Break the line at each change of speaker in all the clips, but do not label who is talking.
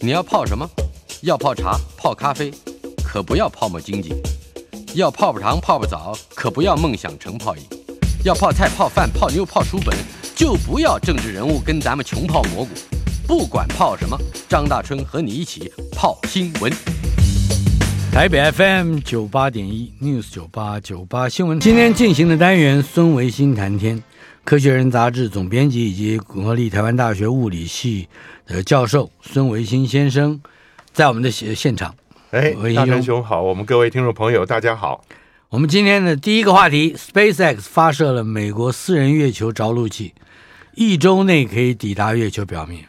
你要泡什么？要泡茶、泡咖啡，可不要泡沫经济；要泡泡糖、泡泡澡，可不要梦想成泡影；要泡菜、泡饭、泡妞、泡书本，就不要政治人物跟咱们穷泡蘑菇。不管泡什么，张大春和你一起泡新闻。
台北 FM 九八点一 News 九八九八新闻，今天进行的单元孙维新谈天，科学人杂志总编辑以及国立台湾大学物理系的教授孙维新先生，在我们的现现场。
哎
喂，
大成兄好，我们各位听众朋友大家好。
我们今天的第一个话题，SpaceX 发射了美国私人月球着陆器，一周内可以抵达月球表面。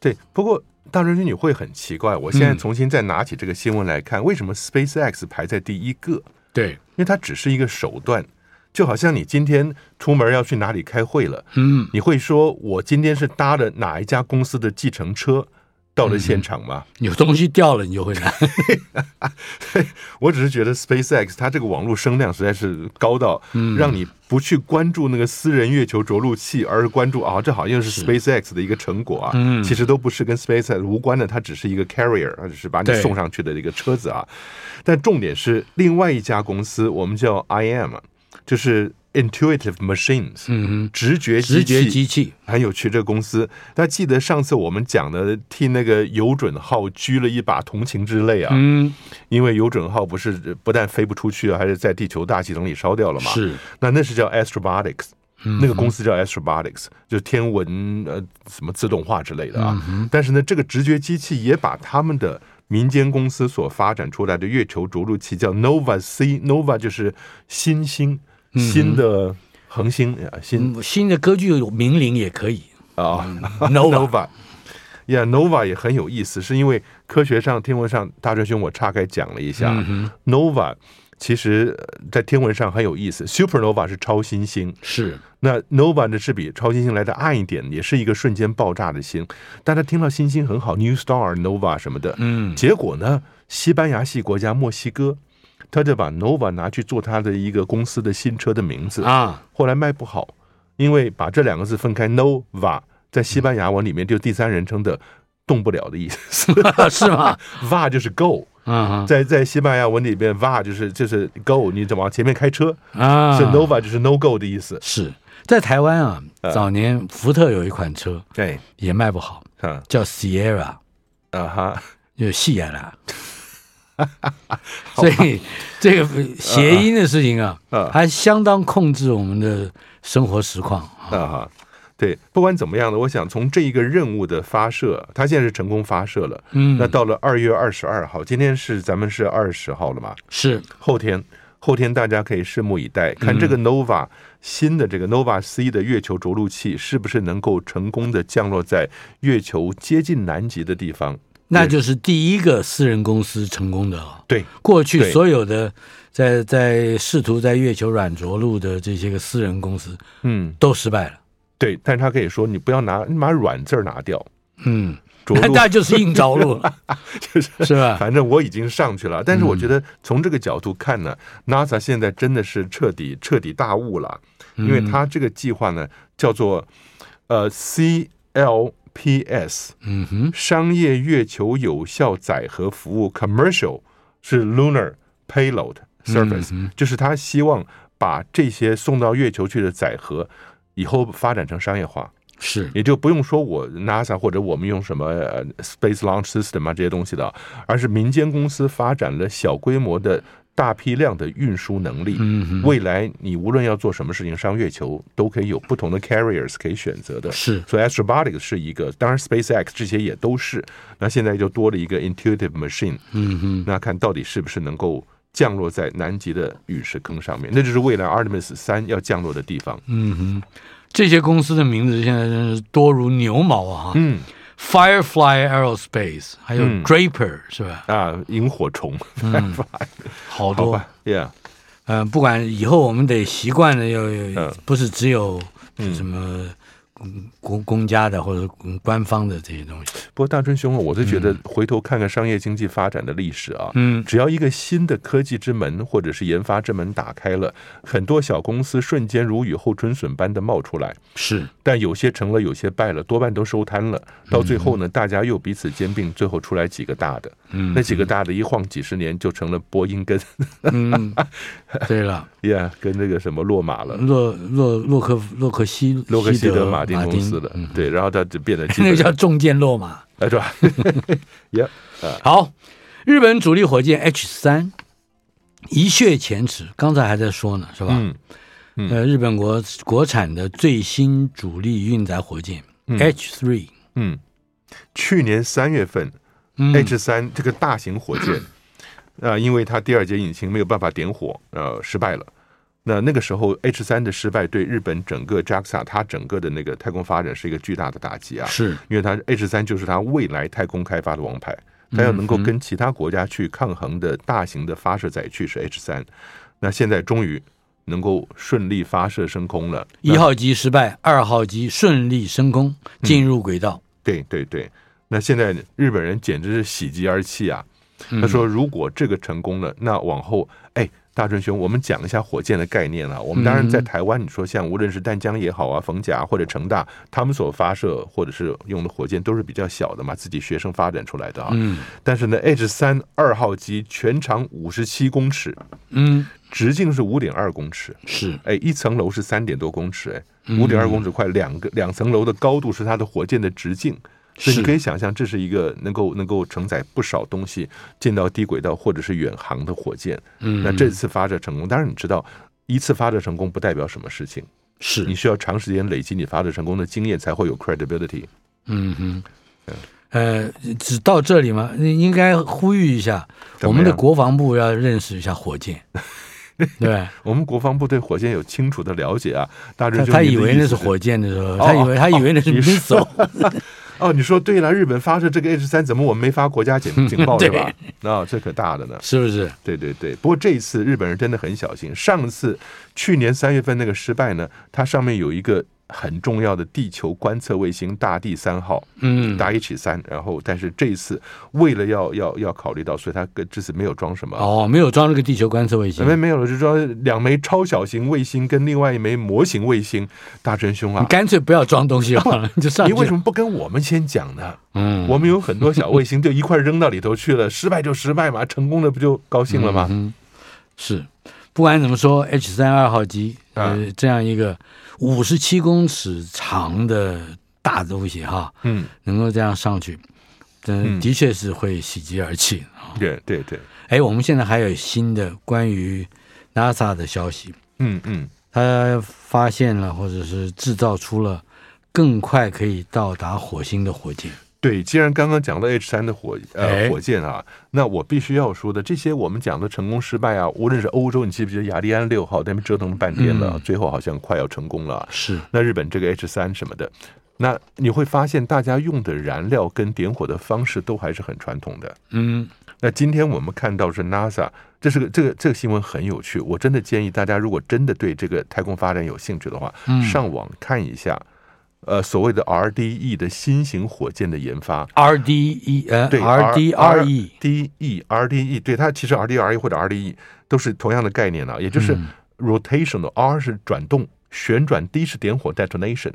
对，不过大成兄你会很奇怪，我现在
嗯
重新再拿起这个新闻来看，为什么 SpaceX 排在第一个？
对，
因为它只是一个手段，就好像你今天出门要去哪里开会了，
嗯，
你会说我今天是搭了哪一家公司的计程车到了现场吗？
有东西掉了你就会 来。
我只是觉得 SpaceX 它这个网络声量实在是高到，
嗯
让你不去关注那个私人月球着陆器，而是关注啊，这好像是 SpaceX 的一个成果啊，
嗯
其实都不是跟 SpaceX 无关的，它只是一个 carrier，它只是把你
对
送上去的一个车子啊。但重点是另外一家公司，我们叫 IM，就是 Intuitive Machines，、
嗯哼，
直觉
直觉
机器
机器，
很有趣，这个公司。大家记得上次我们讲的，替那个尤准号鞠了一把同情之泪啊。
嗯，
因为有准号不是不但飞不出去啊，还是在地球大气层里烧掉了嘛。，
是，
那那是叫 Astrobotics，、
嗯
那个公司叫 Astrobotics，就是天文呃什么自动化之类的啊。
嗯
但是呢，这个直觉机器也把他们的民间公司所发展出来的月球着陆器叫 Nova C，Nova 就是新星，
嗯
新的恒星啊，新
哼，嗯新的歌剧有名伶也可以
啊、
，Nova，
Nova。Yeah, Nova 也很有意思，是因为科学上、天文上，大哲兄我岔开讲了一下、n o v a 其实呃在天文上很有意思，supernova 是超新星，
是，
那 nova 呢是比超新星来的暗一点，也是一个瞬间爆炸的星。大家听到新星很好，new star、nova 什么的，
嗯，
结果呢，西班牙系国家墨西哥，他就把 nova 拿去做他的一个公司的新车的名字
啊，
后来卖不好，因为把这两个字分开，nova 在西班牙文里面就第三人称的动不了的意思
是 吗？
，va 就是 go，
啊
在在西班牙文里面，va 就是就是 go，你怎么往前面开车？
啊，
是 nova 就是 no go 的意思。
是在台湾啊，早年福特有一款车
对，
也卖不好，
啊
叫 Sierra，
啊哈，
就是细眼 啦。所以这个谐音的事情啊，
啊
还相当控制我们的生活实况啊。
啊哈。对，不管怎么样呢，我想从这一个任务的发射，它现在是成功发射了。
嗯，
那到了二月二十二号，今天是咱们是二十号了嘛？
是
后天，后天大家可以拭目以待，看这个 Nova、新的这个 Nova C 的月球着陆器是不是能够成功的降落在月球接近南极的地方。
那就是第一个私人公司成功的了。
对，
过去
对
所有的在在试图在月球软着陆的这些个私人公司
嗯，
都失败了。
对，但是他可以说，你不要拿，你把软字儿拿掉，
嗯，
着
那
陆
那就是硬着陆 了，
就是。
是吧？
反正我已经上去了，但是我觉得从这个角度看呢、n a s a 现在真的是彻底彻底大悟了，
嗯
因为它这个计划呢叫做呃 CLPS，
嗯哼，
商业月球有效载荷服务 （commercial） 是 lunar payload service，、就
嗯
是他希望把这些送到月球去的载荷以后发展成商业化，
是
也就不用说我 NASA 或者我们用什么呃 Space Launch System 啊这些东西的，而是民间公司发展了小规模的大批量的运输能力。
嗯哼
未来你无论要做什么事情上月球，都可以有不同的 carriers 可以选择的。
是
所以 Astrobotics 是一个，当然 SpaceX 这些也都是。那现在就多了一个 Intuitive Machine，
嗯哼
那看到底是不是能够降落在南极的陨石坑上面？那就是未来 Artemis 三要降落的地方。
嗯哼，这些公司的名字现在真是多如牛毛啊！哈、
嗯
f i r e f l y Aerospace，还有
嗯
Draper、是吧？
啊，萤火虫，
好
好
多，
吧，Yeah，
嗯、不管以后我们得习惯的要，要
嗯
不是只有
嗯
什么公公公家的或者公官方的这些东西。
不过大春兄啊，我是觉得回头看看商业经济发展的历史啊，
嗯
只要一个新的科技之门或者是研发之门打开了，很多小公司瞬间如雨后春笋般的冒出来，
是，
但有些成了，有些败了，多半都收摊了。到最后呢，大家又彼此兼并，最后出来几个大的，
嗯，
那几个大的一晃几十年就成了波音跟
嗯，对了，
呀、跟那个什么洛马了。
洛洛洛克洛克希
洛克希德马丁
丁
公司的，
嗯
对，然后它就变得 基
那
本
个
上
叫重剑落马。
哎，对吧？
好，日本主力火箭 H 三一泻前耻，刚才还在说呢，是吧？
嗯嗯
呃，日本国国产的最新主力运载火箭、
嗯
H 3
嗯，去年三月份
嗯
H 三这个大型火箭，啊、因为它第二节引擎没有办法点火，呃，失败了。那那个时候 H 三的失败对日本整个 JAXA 它整个的那个太空发展是一个巨大的打击啊，
是
因为它 H 三就是它未来太空开发的王牌，它要能
嗯
够跟其他国家去抗衡的大型的发射载具是 H 三。那现在终于能够顺利发射升空了，
一号机失败，二号机顺利升空
嗯
进入轨道。
对对对，那现在日本人简直是喜极而泣啊！他说，如果这个成功了，那往后，哎，大春兄，我们讲一下火箭的概念啊。我们当然在台湾，你说像无论是淡江也好啊，逢甲或者成大，他们所发射或者是用的火箭都是比较小的嘛，自己学生发展出来的啊。
嗯
但是呢，H 三二号机全长五十七公尺，
嗯，
直径是五点二公尺。
是
哎，一层楼是三点多公尺，哎，五点二公尺快两个两层楼的高度是它的火箭的直径，所以
是
你可以想象，这是一个能够能够承载不少东西进到低轨道或者是远航的火箭。
嗯
那这次发射成功，当然你知道。一次发射成功不代表什么事情，
是
你需要长时间累积你发射成功的经验，才会有 credibility。
嗯哼，呃，只到这里吗？应应该呼吁一下，
怎么样
我们的国防部要认识一下火 箭，对
我们国防部对火箭有清楚的了解啊，大
他
致
他以为那是火箭的时候，
哦
他以为他以为那是
哦你说
missile，
哦。你说对了，日本发射这个 H 三，怎么我们没发国 家警警报
对
对吧？那、这可大了 呢。
是不是？
对对对，不过这一次日本人真的很小心。上次去年三月份那个失败呢，它上面有一个很重要的地球观测卫星“大地三号”，
嗯，
大一起三。然后，但是这一次为了要要要考虑到，所以它跟这次没有装什么。
哦，没有装这个地球观测卫
里
星，
面没有了，就装两枚超小型卫星跟另外一枚模型卫星。大真兄
你
啊，
干脆不要装东西好 了，你就上去。
你为什么不跟我们先讲呢？
嗯，
我们有很多小卫星，就一块扔到里头去了，失败就失败嘛，成功了不就高兴了吗？
嗯是，不管怎么说，H 三二号机，
啊
呃，这样一个五十七公尺长的大东西哈，
嗯，
能够这样上去，嗯，
嗯
的确是会喜极而泣。
对对对，
哎，我们现在还有新的关于 NASA 的消息，
嗯嗯。
它发现了或者是制造出了更快可以到达火星的火箭。
对，既然刚刚讲到 H 三的火
哎
呃火箭啊，那我必须要说的，这些我们讲的成功失败啊，无论是欧洲，你记不记得雅利安六号在那边折腾了半天了，
嗯
最后好像快要成功了啊。
是，
那日本这个 H 三什么的，那你会发现大家用的燃料跟点火的方式都还是很传统的。
嗯，
那今天我们看到是 NASA，这是个这个这个新闻很有趣，我真的建议大家，如果真的对这个太空发展有兴趣的话，
嗯
上网看一下，呃，所谓的 RDE 的新型火箭的研发。
R D E 呃
对
R D R E
D E R D E，对它其实 R D R E 或者 R D E 都是同样的概念啊，也就是 rotational R 是转动、旋转，D 是点火 detonation，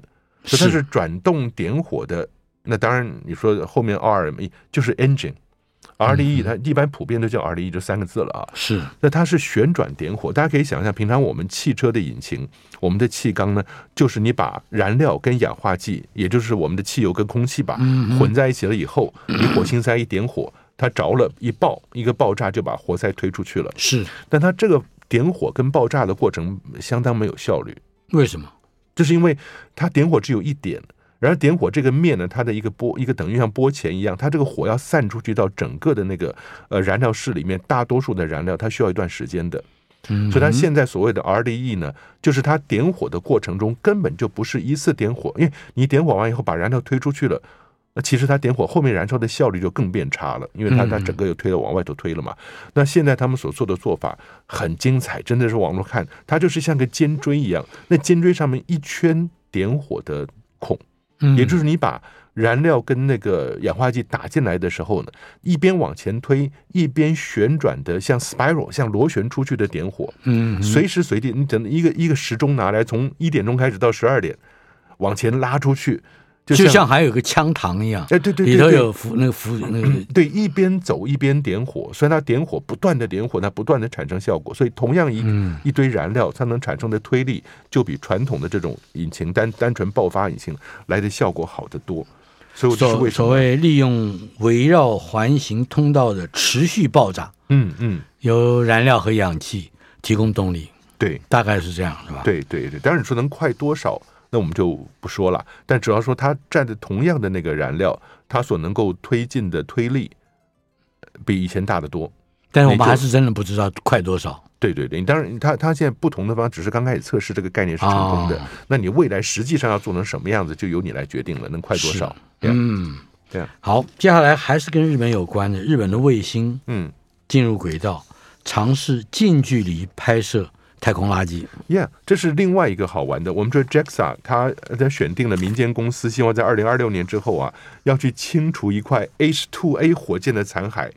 所以它
是
是转动点火的。那当然，你说后面 R M E 就是 engine。R D E 它一般普遍都叫 R D E 这三个字了啊，
是，
那它是旋转点火，大家可以想象，平常我们汽车的引擎，我们的气缸呢，就是你把燃料跟氧化剂，也就是我们的汽油跟空气
嗯
吧，混在一起了以后，你火星塞一点火，它着了，一爆，一个爆炸就把活塞推出去了。
是
但它这个点火跟爆炸的过程相当没有效率，
为什么？
就是因为它点火只有一点，然而点火这个面呢，它的一个波一个等于像波前一样，它这个火要散出去到整个的那个呃燃料室里面，大多数的燃料它需要一段时间的。
嗯
所以它现在所谓的 RDE 呢，就是它点火的过程中根本就不是一次点火，因为你点火完以后把燃料推出去了。那其实它点火后面燃烧的效率就更变差了，因为它它
嗯
整个又推了往外头推了嘛。那现在他们所做的做法很精彩，真的是网络看，它就是像个尖锥一样，那尖锥上面一圈点火的孔，
嗯
也就是你把燃料跟那个氧化剂打进来的时候呢，一边往前推，一边旋转的像 spiral 像螺旋出去的点火，
嗯
随时随地你等一个一个时钟拿来，从一点钟开始到十二点，往前拉出去，就
就像
像
还有个枪膛一样，
哎对对对
里头
对嗯
有符那个符那个
对，一边走一边点火，所以它点火不断的点火，它不断的产生效果，所以同样一、
嗯
一堆燃料，它能产生的推力就比传统的这种引擎单单纯爆发引擎来的效果好得多。所以我就是
所
为什么
所谓利用围绕环形通道的持续爆炸，
嗯嗯，
由燃料和氧气提供动力，
对
大概是这样，是吧？，
对对对，当然你说能快多少，那我们就不说了。但只要说它占的同样的那个燃料，它所能够推进的推力呃比以前大得多。
但是我们
你就
还是真的不知道快多少。
对对对，你当然，它它现在不同的方，只是刚开始测试这个概念是成功的。
哦
那你未来实际上要做成什么样子，就由你来决定了，能快多少？对啊
嗯，
对啊，
好，接下来还是跟日本有关的，日本的卫星
嗯
进入轨道，尝试近距离拍摄太空垃圾。
，Yeah，这是另外一个好玩的。我们说 JAXA 它它选定了民间公司，希望在二零二六年之后啊，要去清除一块 H 2 A 火箭的残骸。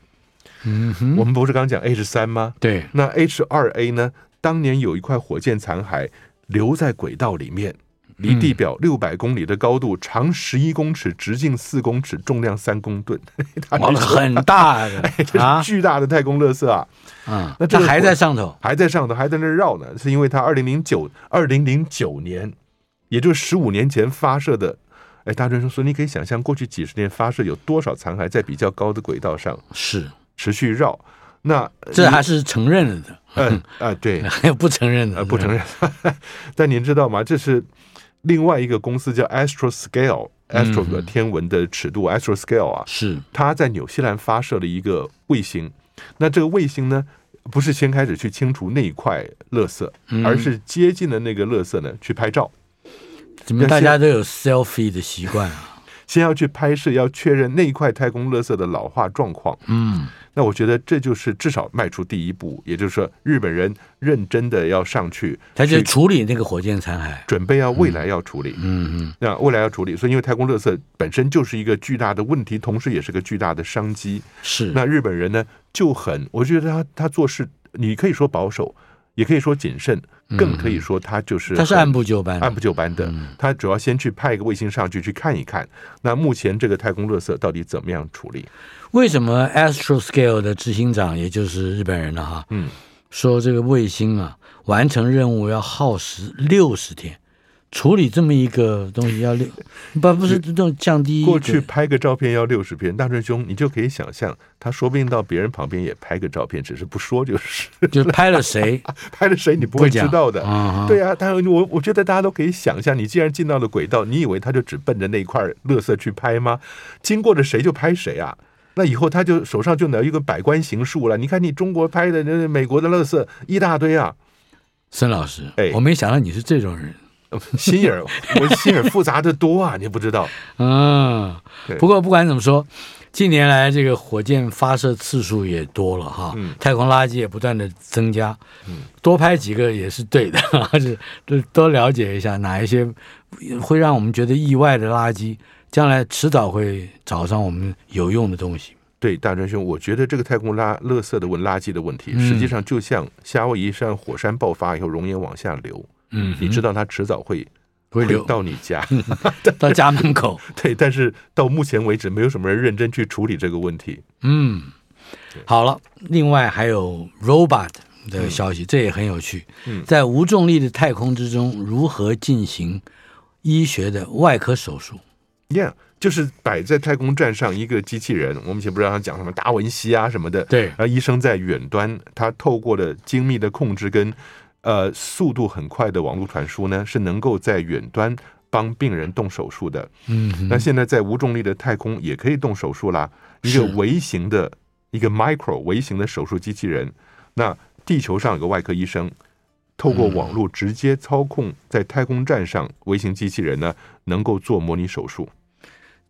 嗯哼，
我们不是刚讲 H 3吗？
对，
那 H 二 A 呢？当年有一块火箭残骸留在轨道里面，离地
嗯
表六百公里的高度，长十一公尺，直径四公尺，重量三公吨， 它
哇，很大 的啊
哎这是巨大的太空垃圾啊！
啊，
那这
它
个
还
火
在上头。
还在上头，还在那儿绕呢，是因为它二零零九二零零九年，也就是十五年前发射的。哎，大专生说，你可以想象过去几十年发射有多少残骸在比较高的轨道上
是，
持续绕。那
这还是承认了的，
嗯啊、对，
还有不承认的，
呃，不承认。 但您知道吗？这是另外一个公司叫 Astroscale。Astro
嗯
的天文的尺度、a s t r o Scale 啊，
是，
它在纽西兰发射了一个卫星。那这个卫星呢，不是先开始去清除那一块垃圾，
嗯
而是接近了那个垃圾呢去拍照。
怎么大家都有 selfie 的习惯啊？
先要去拍摄，要确认那一块太空垃圾的老化状况。
嗯，
那我觉得这就是至少迈出第一步，也就是说，日本人认真的要上去，
他就
去
处理那个火箭残骸。
准备要未来要处理。
嗯嗯，
那未来要处理，所以因为太空垃圾本身就是一个巨大的问题，同时也是个巨大的商机。
是，
那日本人呢就很，我觉得他他做事，你可以说保守，也可以说谨慎，更可以说他就是
嗯
啊
他是
很
按嗯部就班的，
按部就班的。他主要先去派一个卫星上去去看一看，那目前这个太空垃圾到底怎么样处理？
为什么 Astroscale 的执行长，也就是日本人了哈，
嗯，
说这个卫星啊，完成任务要耗时六十天，处理这么一个东西要六，不不是这种降低
过去
对
拍个照片要六十篇，大春兄，你就可以想象，他说不定到别人旁边也拍个照片，只是不说就是，
就拍了谁
拍了谁你
不
不会
讲
知道的。
啊？
对啊，但我我觉得大家都可以想象，你既然进到了轨道，你以为他就只奔着那块垃圾去拍吗？经过的谁就拍谁啊？那以后他就手上就拿一个百官行述了。你看你中国拍的、那美国的垃圾一大 堆啊，
孙老师
哎，
我没想到你是这种人。
心眼儿我心眼儿复杂的多啊，你不知道。
嗯
对，
不过不管怎么说，近年来这个火箭发射次数也多了哈，
嗯
太空垃圾也不断的增加，多拍几个也是对的， 是多多了解一下哪一些会让我们觉得意外的垃圾，将来迟早会找上我们有用的东西。
对，大川兄，我觉得这个太空垃垃圾的问垃圾的问题，
嗯
实际上就像夏威夷山火山爆发以后熔岩往下流，
嗯，
你知
道
道它迟早会
会流嗯
到你家。
到家门口，
对，但是到目前为止，没有什么人认真去处理这个问题。
嗯，好了，另外还有 robot 的消息，这也很有趣。
嗯
在无重力的太空之中，如何进行医学的外科手术？
Yeah，就是摆在太空站上一个机器人，我们以前不是让他讲什么达文西啊什么的，
对
然后医生在远端，他透过了精密的控制跟呃速度很快的网络传输呢，是能够在远端帮病人动手术的。
嗯哼，
那现在在无重力的太空也可以动手术啦，一个
是
微型的一个 micro 微型的手术机器人，那地球上有个外科医生，透
嗯
过网络直接操控在太空站上微型机器人呢，能够做模拟手术。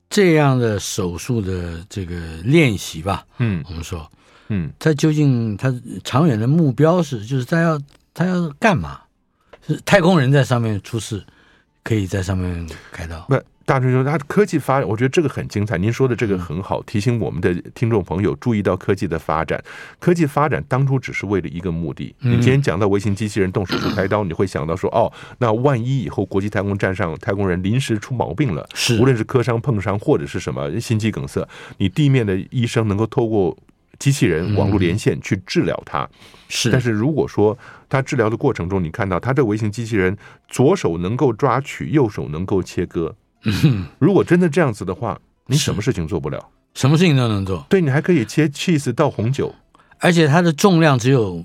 这样的手术的这个练习吧，
嗯
我们说，
嗯，
他究竟他长远的目标是，就是他要他要干嘛？是太空人在上面出事，可以在上面开刀。
不，大春兄，他科技发展，我觉得这个很精彩。您说的这个很好，提醒我们的听众朋友注意到科技的发展。科技发展当初只是为了一个目的。你今天讲到微型机器人动手术开刀，你会想到说，哦，那万一以后国际太空站上太空人临时出毛病了，
是
无论是磕伤、碰伤或者是什么心肌梗塞，你地面的医生能够透过机器人网络连线去治疗它。
是，
但是如果说他治疗的过程中，你看到他这微型机器人左手能够抓取，右手能够切割，
嗯
如果真的这样子的话，你什么事情做不了？
什么事情都能做，
对你还可以切 cheese 到红酒，
而且它的重量只有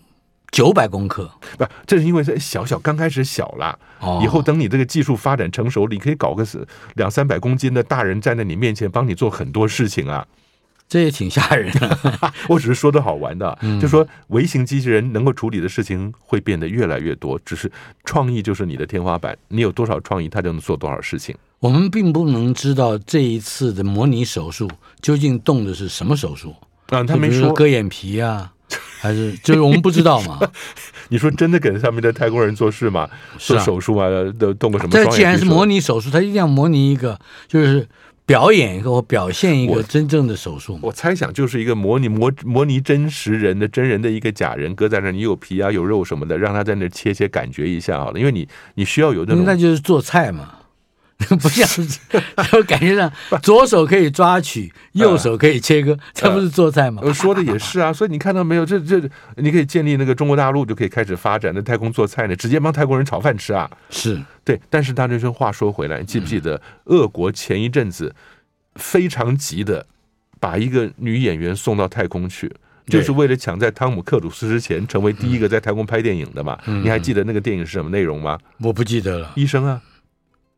九百公克。
不，这是因为是小小刚开始小啦，
哦，
以后等你这个技术发展成熟，你可以搞个是两三百公斤的大人站在你面前帮你做很多事情 啊。
这也挺吓人的。
我只是说的好玩的啊，
嗯
就说微型机器人能够处理的事情会变得越来越多，只是创意就是你的天花板，你有多少创意，它就能做多少事情。
我们并不能知道这一次的模拟手术究竟动的是什么手术，
啊，他
就
没
比如
说。
割眼皮啊，还是就是我们不知道嘛。
你说真的给上面的泰国人做事吗？
是
做
啊
手术吗？都动过什么双
这
眼皮手术？
既然是模拟手术，它一定要模拟一个，就是表演一个或表现一
我
个真正的手术嘛。
我猜想就是一个模拟模模拟真实人的真人的一个假人搁在那儿，你有皮啊有肉什么的，让他在那儿切切，感觉一下好了，因为你你需要有那
嗯那
种
就是做菜嘛，不像是，就感觉上左手可以抓取，右手可以切割，这不是做菜吗？
我说的也是啊，所以你看到没有？这这你可以建立那个中国大陆就可以开始发展那太空做菜呢，直接帮泰国人炒饭吃啊。
是
对，但是大学生话说回来，你记不记
嗯
得俄国前一阵子非常急的把一个女演员送到太空去，
对
就是为了抢在汤姆克鲁斯之前成为第一个在太空拍电影的嘛？
嗯
你还记得那个电影是什么内容吗？
我不记得了。
医生啊，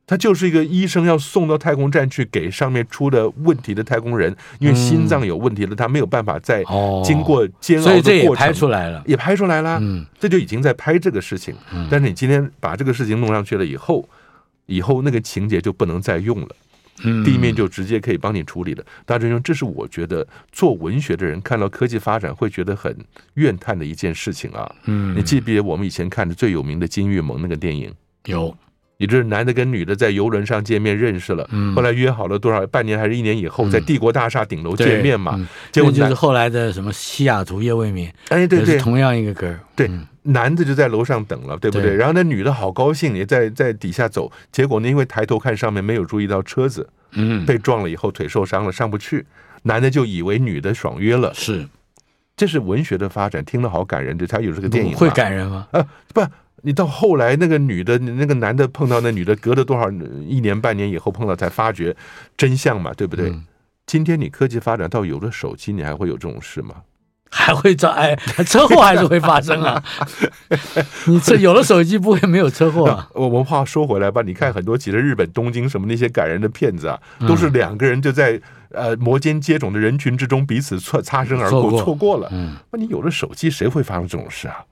他就是一个医生要送到太空站去给上面出了问题的太空人，因为心脏有问题了，他没有办法在
哦，
经过煎熬
所以
的
这也
过
拍
程。
出来了。
也拍出来啦，
嗯，
这就已经在拍这个事情。
嗯
但是你今天把这个事情弄上去了以后，以后那个情节就不能再用了，
嗯
地面就直接可以帮你处理了。大真兄，这是我觉得做文学的人看到科技发展会觉得很怨叹的一件事情啊。
嗯
你记不记得我们以前看的最有名的金玉盟那个电影？
有
你这男的跟女的在游轮上见面认识了，
嗯
后来约好了多少半年还是一年以后，在帝国大厦顶楼见面嘛。
对嗯
结果
那就是
男
后来的什么西雅图夜未眠，
哎对
也是
对，
同样一个歌儿。嗯
对，男的就在楼上等了，对不对？
对
然后那女的好高兴，也在在底下走，结果呢，因为抬头看上面没有注意到车子，
嗯，
被撞了以后腿受伤了，上不去。男的就以为女的爽约了，
是
这是文学的发展，听了好感人。对，他有这个电影嘛
会感人吗？
啊？不，你到后来那个女的，那个男的碰到那女的，隔了多少一年半年以后碰到才发觉真相嘛，对不
嗯
对？今天你科技发展到有了手机，你还会有这种事吗？
还会遭哎，车祸还是会发生 啊！你这有了手机不会没有车祸 啊？
我我们话说回来吧，你看很多其实日本东京什么那些感人的片子啊，
嗯
都是两个人就在呃摩肩接踵的人群之中彼此擦擦身而
错
过，
过
错过了。
嗯，
那你有了手机，谁会发生这种事啊？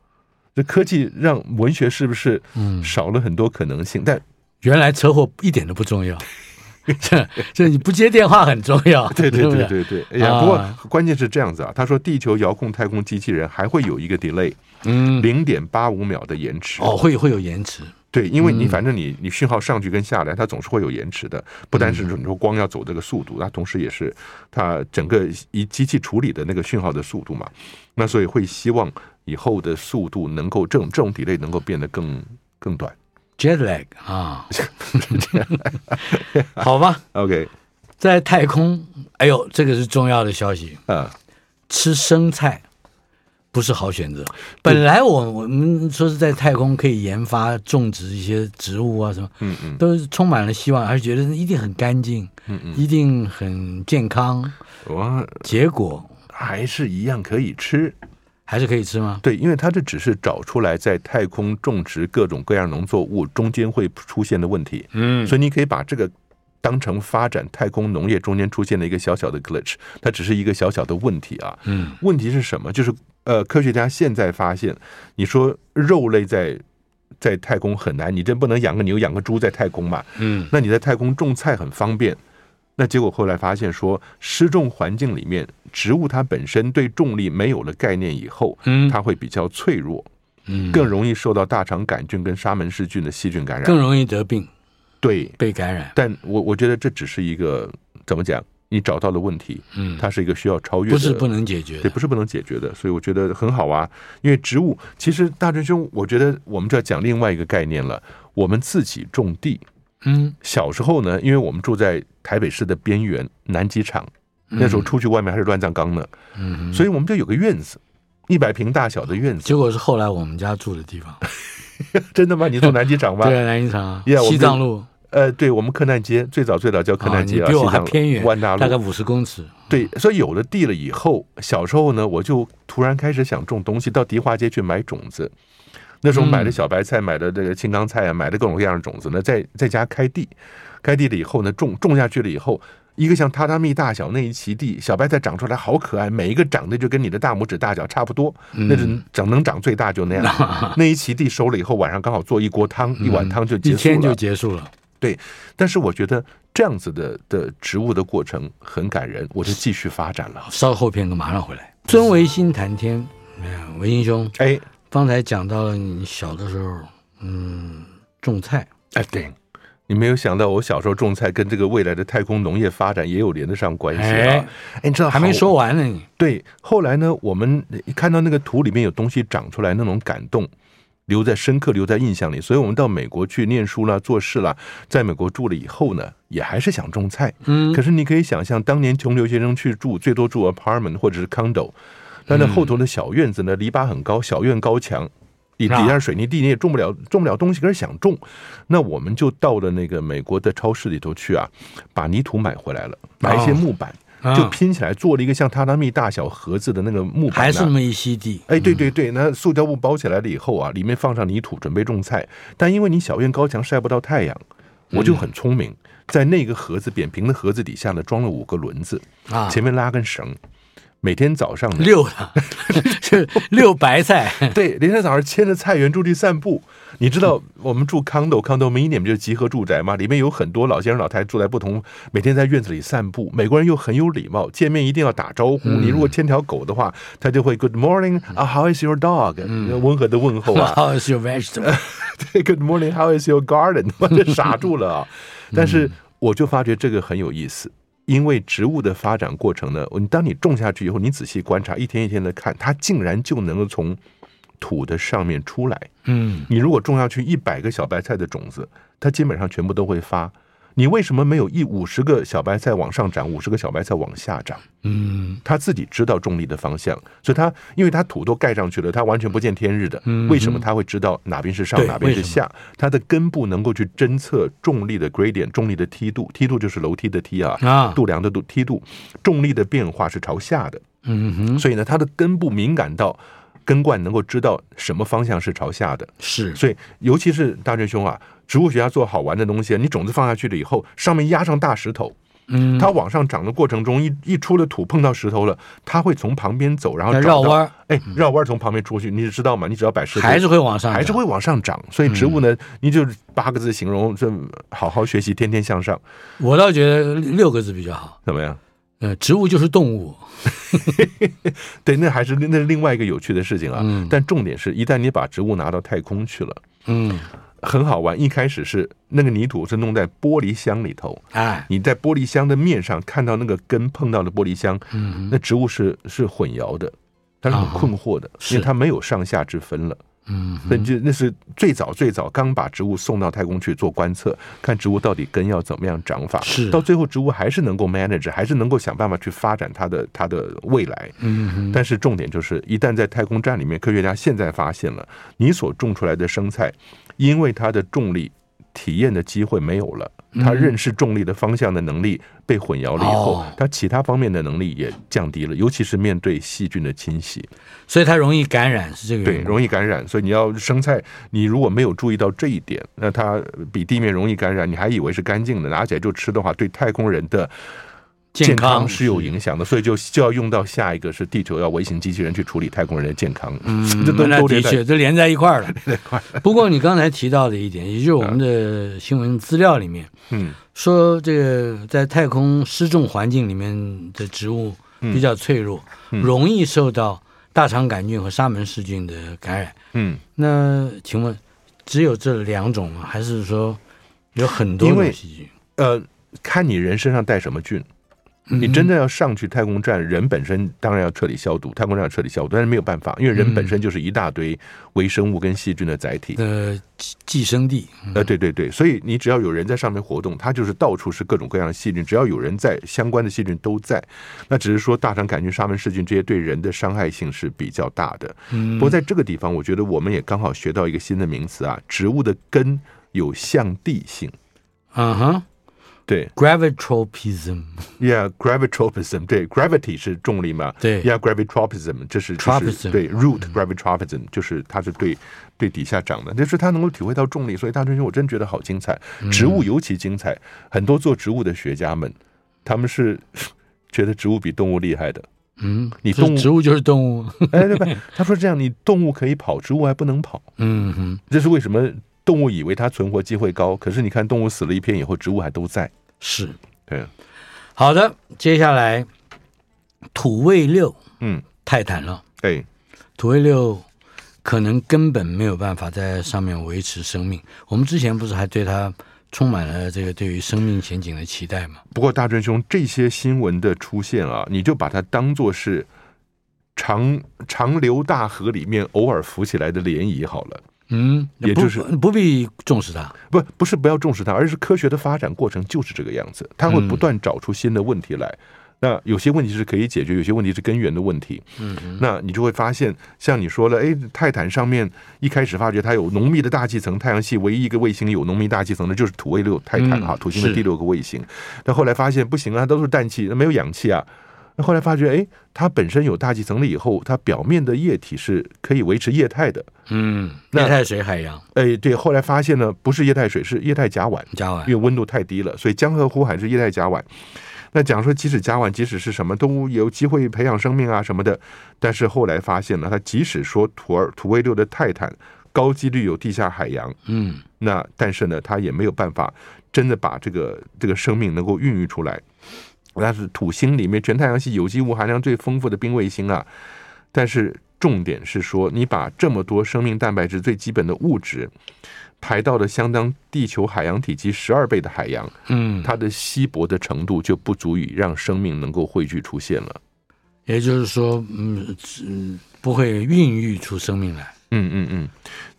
这科技让文学是不是
嗯
少了很多可能性？ 但
原来车祸一点都不重要， 这这你不接电话很重要，
对对
不
对对对，哎呀，
啊
不过关键是这样子啊，他说地球遥控太空机器人还会有一个 delay，
嗯，
零点八五秒的延迟。
哦，会会有延迟，
对，因为你反正你你讯号上去跟下来，它总是会有延迟的。不单是说你说光要走这个速度，它同时也是它整个以机器处理的那个讯号的速度嘛。那所以会希望以后的速度能够这种这种 delay 能够变得更更短。
jet lag 啊， 好吧，
OK
在太空，哎呦，这个是重要的消息，
啊，
吃生菜不是好选择。本来我我们说是在太空可以研发种植一些植物啊什么，
嗯嗯
都是充满了希望，而且觉得一定很干净，
嗯嗯，
一定很健康。
我
结果
还是一样可以吃。
还是可以吃吗？
对，因为它这只是找出来在太空种植各种各样农作物中间会出现的问题，
嗯，
所以你可以把这个当成发展太空农业中间出现的一个小小的 glitch，它只是一个小小的问题啊。
嗯，
问题是什么？就是呃，科学家现在发现，你说肉类在在太空很难，你真不能养个牛、养个猪在太空嘛？
嗯
那你在太空种菜很方便。那结果后来发现说，失重环境里面，植物它本身对重力没有了概念以后，
嗯
它会比较脆弱，
嗯，
更容易受到大肠杆菌跟沙门氏菌的细菌感染。
更容易得病
对，
被感染。
但我我觉得这只是一个怎么讲，你找到了问题，
嗯，
它是一个需要超越的，
不是不能解决
对，
的。
不是不能解决的，所以我觉得很好啊。因为植物，其实大真兄，我觉得我们就要讲另外一个概念了。我们自己种地，
嗯，
小时候呢，因为我们住在台北市的边缘南机场，
嗯
那时候出去外面还是乱葬岗呢，
嗯，
所以我们就有个院子，一百平大小的 院子。
结果是后来我们家住的地方，
真的吗？你住南机场吗？
对啊，南京厂啊
Yeah，我们
西藏路，
呃，对，我们柯南街最早最早叫柯南街
哦
啊，
你比我
西藏
还偏远
万大
大概
路。
五十公尺。
对，所以有了地了以后，小时候呢，我就突然开始想种东西，到迪化街去买种子。那时候
嗯
买的小白菜，买的这个青冈菜啊，买的各种各样的种子呢，在在家开地，开地了以后呢，种种下去了以后，一个像榻榻米大小那一畦地，小白菜长出来好可爱，每一个长得就跟你的大拇指大小差不多，
嗯
嗯那是长能长最大就那样。 那一畦地收了以后，晚上刚好做一锅汤，一碗汤就
嗯一
结束
天
了
就。结束了。
但是我觉得这样子的的植物的过程很感人，我就继续发展了。
稍后片刻马上回来。孙维新谈天，哎呀，维新兄，
哎
刚才讲到了你小的时候，嗯，种菜，
哎，对，你没有想到我小时候种菜跟这个未来的太空农业发展也有连得上关系啊
哎！
哎，你知道
还没
好
说完呢，你
对，后来呢，我们看到那个土里面有东西长出来，那种感动。留在深刻，留在印象里。所以，我们到美国去念书啦、做事啦，在美国住了以后呢，也还是想种菜。
嗯
可是你可以想象，当年穷留学生去住，最多住 apartment 或者是 condo，但那后头的小院子呢，篱笆很高，小院高墙，底底
啊
下是水泥地，你也种不了种不了东西，可是想种，那我们就到了那个美国的超市里头去啊，把泥土买回来了，买一些
哦
木板。
啊
就拼起来做了一个像榻榻米大小盒子的那个木板、啊，
还是那么一息地，
哎，对对对，那塑胶布包起来了以后啊，里面放上泥土，准备种菜。但因为你小院高墙晒不到太阳，我就很聪明，在那个盒子扁平的盒子底下呢，装了五个轮子，
啊，
前面拉根绳。每天早上呢，
溜 的，是溜白菜，
对，每天早上牵着菜园出去散步。你知道我们住 condo condominium 就是集合住宅嘛，里面有很多老先生老太太住在不同，每天在院子里散步。美国人又很有礼貌，见面一定要打招呼。你如果牵条狗的话，他就会 Good morning 啊、h o w is your dog？、温和的问候啊。
好是有 vegetable，
对，Good morning, how is your garden？我 就傻住了啊！但是我就发觉这个很有意思，因为植物的发展过程呢，你当你种下去以后，你仔细观察，一天一天的看，它竟然就能够从土的上面出来。
嗯，
你如果种下去一百个小白菜的种子，它基本上全部都会发。你为什么没有一五十个小白菜往上长，五十个小白菜往下长？
嗯，
他自己知道重力的方向，所以他因为他土都盖上去了，他完全不见天日的。
嗯
为什么他会知道哪边是上
对
哪边是
为什
下？他的根部能够去侦测重力的 gradient，重力的梯度，梯度就是楼梯的梯啊，
啊，
度量的度梯度，重力的变化是朝下的，
嗯哼，
所以呢，他的根部敏感到根冠能够知道什么方向是朝下的。
是，
所以，尤其是大真兄啊，植物学家做好玩的东西，你种子放下去了以后，上面压上大石头，
嗯，
它往上涨的过程中，一一出了土碰到石头了，它会从旁边走，然后
要
找
绕
到
弯，儿，
哎，绕弯儿从旁边出去，你知道吗？你只要摆石头，
还是会嗯往上，
还是，会往上涨。所以植物呢，你就八个字形容：这好好学习，天天向上，
我倒觉得六个字比较好，
怎么样？
呃，植物就是动物，
对，那还是那是另外一个有趣的事情啊。
嗯
但重点是一旦你把植物拿到太空去了，
嗯，
很好玩。一开始是那个泥土是弄在玻璃箱里头，
哎，
你在玻璃箱的面上看到那个根碰到的玻璃箱，
嗯
那植物是是混淆的，它是很
啊
困惑的，
是
因为它没有上下之分了。
嗯哼，
那就那是最早最早刚把植物送到太空去做观测，看植物到底根要怎么样长法。
是
到最后植物还是能够 manage，还是能够想办法去发展它的它的未来。
嗯哼，
但是重点就是，一旦在太空站里面，科学家现在发现了，你所种出来的生菜，因为它的重力体验的机会没有了，他认识重力的方向的能力被混淆了以后
哦，
他其他方面的能力也降低了，尤其是面对细菌的侵袭，
所以它容易感染，是这个
对，
原因吗。
容易感染。所以你要生菜，你如果没有注意到这一点，那它比地面容易感染，你还以为是干净的，拿起来就吃的话，对太空人的健康是有影响的，所以就就要用到下一个是地球要微型机器人去处理太空人的健康，这都
嗯那
都
的
连在
确，这连在一块儿了。不过你刚才提到的一点，也就是我们的新闻资料里面
嗯
说，这个在太空失重环境里面的植物比较脆弱，
嗯
容易受到大肠杆菌和沙门氏菌的感染。
嗯。
那请问，只有这两种吗？还是说有很多
因为
种细菌？
呃，看你人身上带什么菌。你真的要上去太空站，人本身当然要彻底消毒，太空站要彻底消毒，但是没有办法，因为人本身就是一大堆微生物跟细菌的载体。
的寄寄生地，
呃，对对对，所以你只要有人在上面活动，它就是到处是各种各样的细菌，只要有人在，相关的细菌都在。那只是说大肠杆菌、沙门氏菌这些对人的伤害性是比较大的。
嗯
不过在这个地方，我觉得我们也刚好学到一个新的名词啊，植物的根有向地性。
嗯哼
对，
，gravitropism，
Yeah, gravitropism，对，gravity 是重力嘛？
对
，Yeah, gravitropism 这是就是
Tropism 嗯
对 root gravitropism 就是它是对对底下长的，就是它能够体会到重力，所以大春兄我真觉得好精彩，
嗯
植物尤其精彩，很多做植物的学家们，他们是 觉得植物比动物厉害的。
嗯，
你
就是
动物
植物就是动 物，
哎，对吧？他说这样，你动物可以跑，植物还不能跑，
嗯哼，
这是为什么？动物以为它存活机会高，可是你看动物死了一片以后，植物还都在。
是
对，
好的。接下来，土卫六
嗯，哎
泰坦了，
对，
土卫六可能根本没有办法在上面维持生命。我们之前不是还对它充满了这个对于生命前景的期待吗？
不过，大真兄，这些新闻的出现啊，你就把它当做是长长流大河里面偶尔浮起来的涟漪好了。
嗯，
也就是
不不必重视它。
不，不是不要重视它，而是科学的发展过程就是这个样子，它会
嗯
不断找出新的问题来。那有些问题是可以解决，有些问题是根源的问题。嗯，那你就会发现，像你说了，哎，泰坦上面一开始发觉它有浓密的大气层，太阳系唯一一个卫星有浓密大气层的就是土卫六泰坦
嗯
哈、土星的
是
第六个卫星。但后来发现不行啊，都是氮气，没有氧气啊。那后来发觉，哎，它本身有大气层了以后，它表面的液体是可以维持液态的。
嗯，
那
液态水海洋，
哎，对，后来发现呢，不是液态水，是液态甲烷。
加完
因为温度太低了，所以江河湖海是液态甲烷。那讲说，即使甲烷，即使是什么都有机会培养生命啊什么的，但是后来发现了，它即使说土二土卫六的泰坦高几率有地下海洋，
嗯，
那但是呢，它也没有办法真的把这个这个生命能够孕育出来。那是土星里面全太阳系有机物含量最丰富的冰卫星啊，但是重点是说，你把这么多生命蛋白质最基本的物质排到了相当地球海洋体积十二倍的海洋，
嗯，
它的稀薄的程度就不足以让生命能够汇聚出现了。
也就是说，嗯，嗯不会孕育出生命来。
嗯嗯嗯，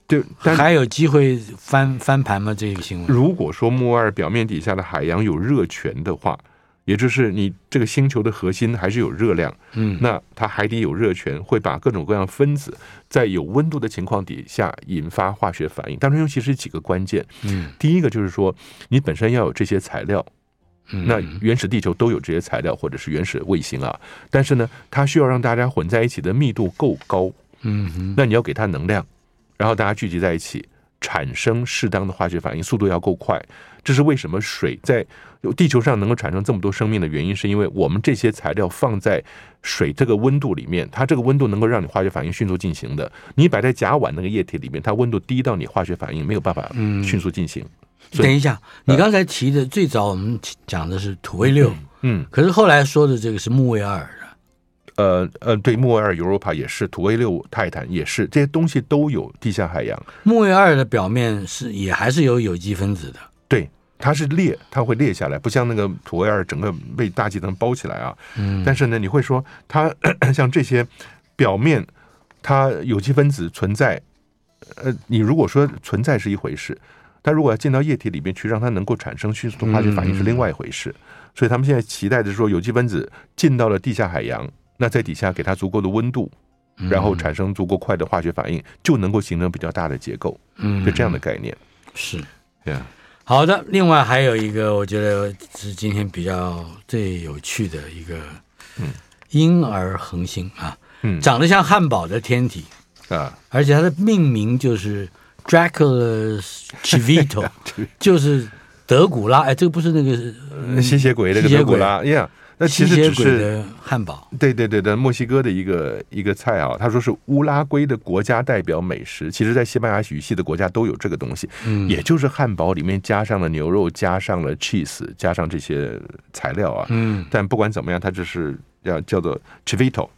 就但
还有机会翻翻盘吗？这个新闻？
如果说木二表面底下的海洋有热泉的话，也就是你这个星球的核心还是有热量，
嗯，
那它海底有热泉，会把各种各样分子在有温度的情况底下引发化学反应。当中尤其是几个关键，
嗯，
第一个就是说你本身要有这些材料，
嗯
那原始地球都有这些材料或者是原始卫星啊，但是呢，它需要让大家混在一起的密度够高，
嗯哼
那你要给它能量，然后大家聚集在一起，产生适当的化学反应，速度要够快。这是为什么水在呃地球上能够产生这么多生命的原因，是因为我们这些材料放在水这个温度里面，它这个温度能够让你化学反应迅速进行的。你摆在甲烷那个液体里面，它温度低到你化学反应没有办法
嗯
迅速进行。所以
等一下，你刚才提的最早我们讲的是土卫六，
嗯，
可是后来说的这个是木卫二啊
呃呃，对，莫尔 Europa 也是，土卫六泰坦也是，这些东西都有地下海洋。
木卫二的表面是也还是有有机分子的。
对，它是裂，它会裂下来，不像那个土卫二整个被大气层包起来啊。嗯。但是呢，你会说它 像这些表面，它有机分子存在，呃，你如果说存在是一回事，但如果要进到液体里面去，让它能够产生迅速的化学反应是另外一回事。所以他们现在期待的是说，有机分子进到了地下海洋，那在底下给它足够的温度。
嗯
然后产生足够快的化学反应，就能够形成比较大的结构，
嗯，
就这样的概念。
是。
对啊
好的，另外还有一个，我觉得是今天比较最有趣的一个，婴儿恒星啊，
嗯
长得像汉堡的天体，
啊，
而且它的命名就是 Dracula Chivito，就是德古拉。哎，这个不是那个
呃吸血鬼那
嗯吸
个
血
德
鬼
古拉呀，那其
吸
实
血
只
鬼
是
的汉堡，
对对对的，墨西哥的一个一个菜啊，他说是乌拉圭的国家代表美食。其实，在西班牙语系的国家都有这个东西，
嗯
也就是汉堡里面加上了牛肉，加上了 cheese，加上这些材料啊。
嗯
但不管怎么样，它就是要叫做 chivito。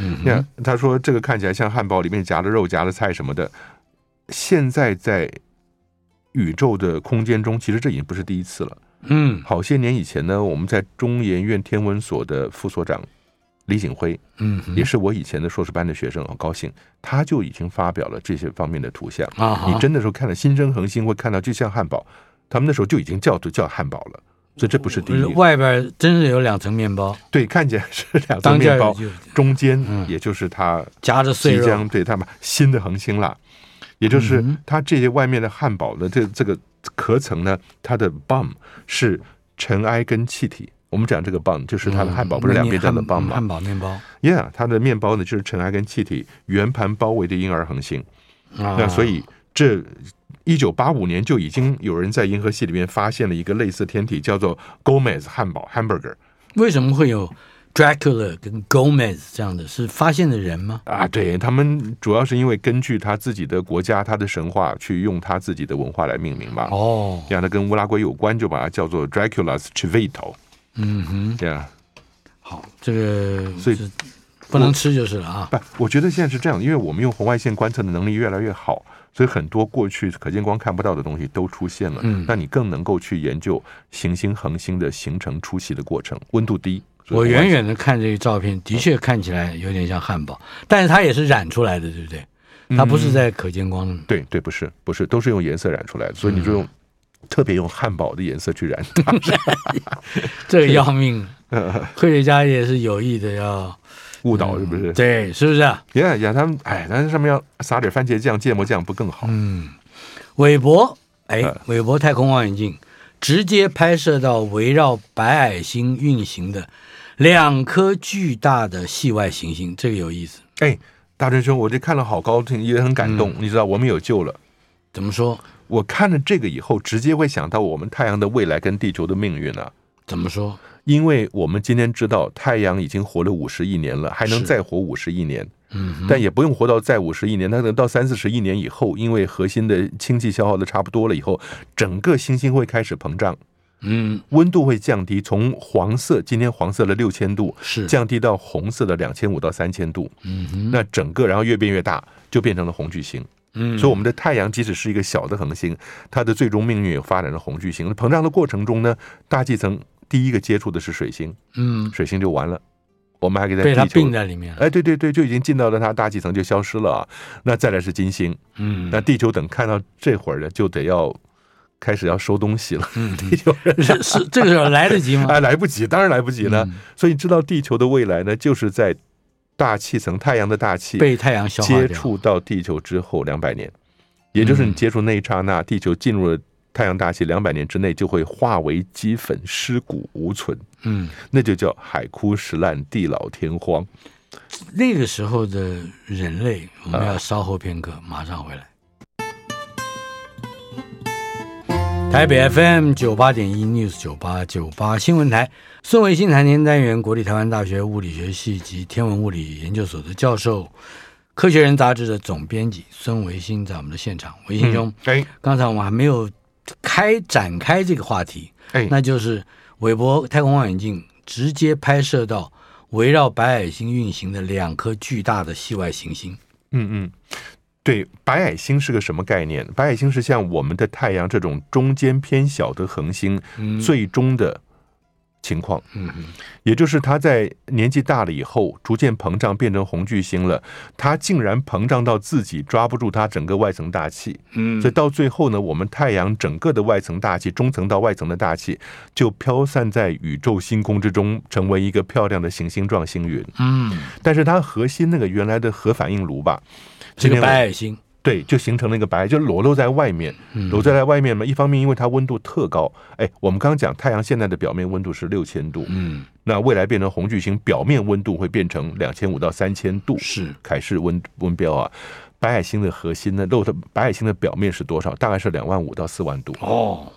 嗯
那他说这个看起来像汉堡里面夹了肉、夹了菜什么的。现在在宇宙的空间中，其实这已经不是第一次了。
嗯
好些年以前呢，我们在中研院天文所的副所长李景辉。
嗯，
也是我以前的硕士班的学生，很高兴，他就已经发表了这些方面的图像。
啊，好
你真的时候看了新生恒星，会看到就像汉堡，他们那时候就已经叫就叫汉堡了，所以这不是第一。
外边真是有两层面包，
对，看起来是两层
当
面
间
包，
就
中间
嗯
也就是它
夹着碎
即
肉
将，对他们新的恒星啦，也就是
嗯
它这些外面的汉堡的这这个壳层呢，它的 bomb 是尘埃跟气体。我们讲这个 bomb 就是它的汉堡，不是两边叫的
的
bomb 吗
嗯汉？堡面包啊，
Yeah，它的面包呢就是尘埃跟气体圆盘包围的婴儿恒星。那所以这一九八五年就已经有人在银河系里面发现了一个类似天体，叫做 Gomez 汉堡 （hamburger）
为什么会有 Dracula 跟 Gomez 这样的？是发现的人吗？
啊。对他们主要是因为根据他自己的国家、他的神话去用他自己的文化来命名嘛。
哦，
这样的跟乌拉圭有关，就把它叫做 Dracula's Chivito。
嗯哼，
这样
好，这个
所以
是不能吃就是了啊。
不，我觉得现在是这样，因为我们用红外线观测的能力越来越好，所以很多过去可见光看不到的东西都出现了。
嗯
那你更能够去研究行星、恒星的形成、出息的过程。温度低，所以
我
红外
远远的看这个照片，的确看起来有点像汉堡，但是它也是染出来的，对不对？它不是在可见光的。
对对，不是不是，都是用颜色染出来的，所以你就用、
嗯
特别用汉堡的颜色去染。
这个要命 了！科学家也是有意的要
误导是不是？
对，是不是啊？
呀呀，他们哎，那上面要撒点番茄酱、芥末酱不更好？
嗯韦伯，哎
呃，
韦伯太空望远镜直接拍摄到围绕白矮星运行的两颗巨大的系外行星，这个有意思。
哎，大真兄，我这看了好高兴，也很感
嗯
动。你知道，我们有救了。
怎么说？
我看了这个以后，直接会想到我们太阳的未来跟地球的命运啊。
怎么说？
因为我们今天知道太阳已经活了五十亿年了，还能再活五十亿年，
嗯
但也不用活到再五十亿年，它可能到三四十亿年以后，因为核心的氢气消耗的差不多了以后，整个星星会开始膨胀，
嗯，
温度会降低，从黄色今天黄色的六千度
是，
降低到红色的两千五到三千度，
嗯哼，
那整个然后越变越大，就变成了红巨星。
嗯，
所以我们的太阳即使是一个小的恒星，它的最终命运也发展了红巨星。膨胀的过程中呢，大气层第一个接触的是水星，
嗯，
水星就完了，我们还可以在
被它
地球
并。在里面了。
哎，对对对，就已经进到了它大气层就消失了啊。那再来是金星，
嗯，
那地球等看到这会儿呢，就得要开始要收东西了。
嗯
地球人
是是，这个时候来得及吗？
哎，来不及，当然来不及了。
嗯
所以知道地球的未来呢，就是在大气层，太阳的大气
被太阳消化
接
掉。嗯
触到地球之后两百年，也就是你接触那一刹那，地球进入了太阳大气两百年之内就会化为齑粉，尸骨无存，
嗯，
那就叫海枯石烂，地老天荒。
那个时候的人类，我们要稍后片刻，马上回来。台北 FM 九八点一 News 九八九八新闻台，孙维新谈天单元，国立台湾大学物理学系及天文物理研究所的教授，《科学人》杂志的总编辑孙维新在我们的现场。维新兄，
哎
刚才我们还没有开展开这个话题，
哎，
那就是韦伯太空望远镜直接拍摄到围绕白矮星运行的两颗巨大的系外行星。
嗯嗯。对，白矮星是个什么概念？白矮星是像我们的太阳这种中间偏小的恒星
嗯
最终的情况。
嗯哼
也就是它在年纪大了以后，逐渐膨胀变成红巨星了。它竟然膨胀到自己抓不住它整个外层大气，
嗯
所以到最后呢，我们太阳整个的外层大气、中层到外层的大气就飘散在宇宙星空之中，成为一个漂亮的行星状星云。
嗯，
但是它核心那个原来的核反应炉吧，
这
今
个
天我
白矮星
对，就形成了一个白就裸露在外面，
嗯
裸露在外面嘛。一方面，因为它温度特高，哎，我们刚刚讲太阳现在的表面温度是六千度，
嗯，
那未来变成红巨星，表面温度会变成两千五到三千度，
是
凯氏温温标啊。白矮星的核心呢，露的白矮星的表面是多少？大概是两万五到四万度。
哦，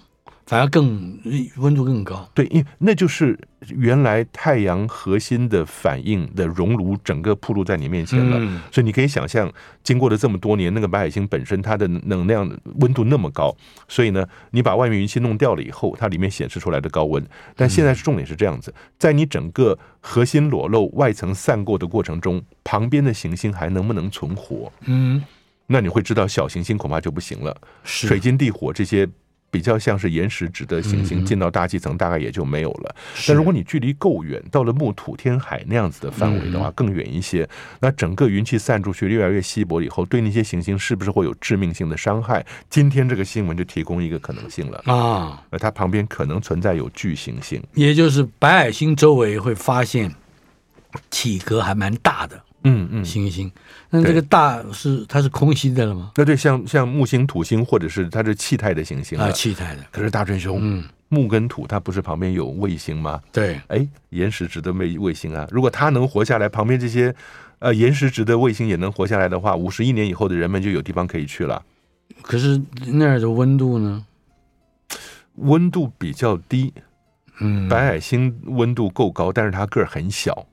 反而更温度更高，
对，因为那就是原来太阳核心的反应的熔炉，整个暴露在你面前了。
嗯
所以你可以想象，经过了这么多年，那个白矮星本身它的能量温度那么高，所以呢，你把外面云气弄掉了以后，它里面显示出来的高温。但现在是重点是这样子，在你整个核心裸露、外层散过的过程中，旁边的行星还能不能存活？
嗯，
那你会知道，小行星恐怕就不行了。
是
水晶地火这些比较像是岩石质的行
嗯
星
嗯
进到大气层，大概也就没有了。
是
但如果你距离够远，到了木土天海那样子的范围
嗯
的话，更远一些，那整个云气散出去越来越稀薄了以后，对那些行星是不是会有致命性的伤害？今天这个新闻就提供一个可能性了，
啊，
呃，它旁边可能存在有巨行星，
也就是白矮星周围会发现体格还蛮大的
嗯嗯。
行星，那
对
这个大是它是空心的了吗？
那对像像木星、土星或者是它是气态的行星
啊，
了，
气态的，
可是大春兄，
嗯，
木跟土它不是旁边有卫星吗？
对，
哎，岩石质的卫卫星啊，如果它能活下来，旁边这些呃岩石质的卫星也能活下来的话，五十亿年以后的人们就有地方可以去了。
可是那儿的温度呢？
温度比较低，
嗯，
白矮星温度够高，但是它个儿很小。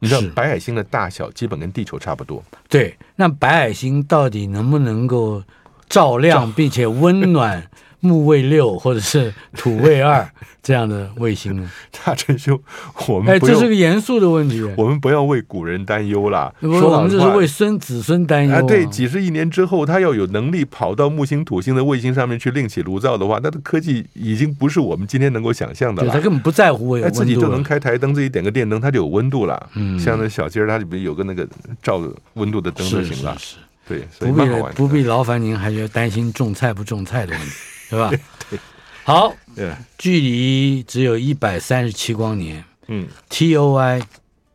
你知道
是
白矮星的大小基本跟地球差不多，
对，那白矮星到底能不能够照亮并且温暖木卫六或者是土卫 二这样的卫星呢？
大真兄，我
哎，
们不
这
用，
是个严肃的问题。
我们不要为古人担忧啦。
我
说
我
老
们
实
这
话
是为孙子孙担忧、
啊，对，几十亿年之后，他要有能力跑到木星、土星的卫星上面去另起炉灶的话，那的科技已经不是我们今天能够想象的
对
了
他。根本不在乎我有
哎，
温度啊
自己就
了
能开台灯，自己点个电灯，它就有温度了。
嗯
像那小鸡儿，它里面有个那个照温度的灯就是行了
是。是，
对，所以
不必
蛮好玩的。
不必劳烦您，还要担心种菜不种菜的问题，对 吧？好，
对，
距离只有一百三十七光年
嗯
，TOI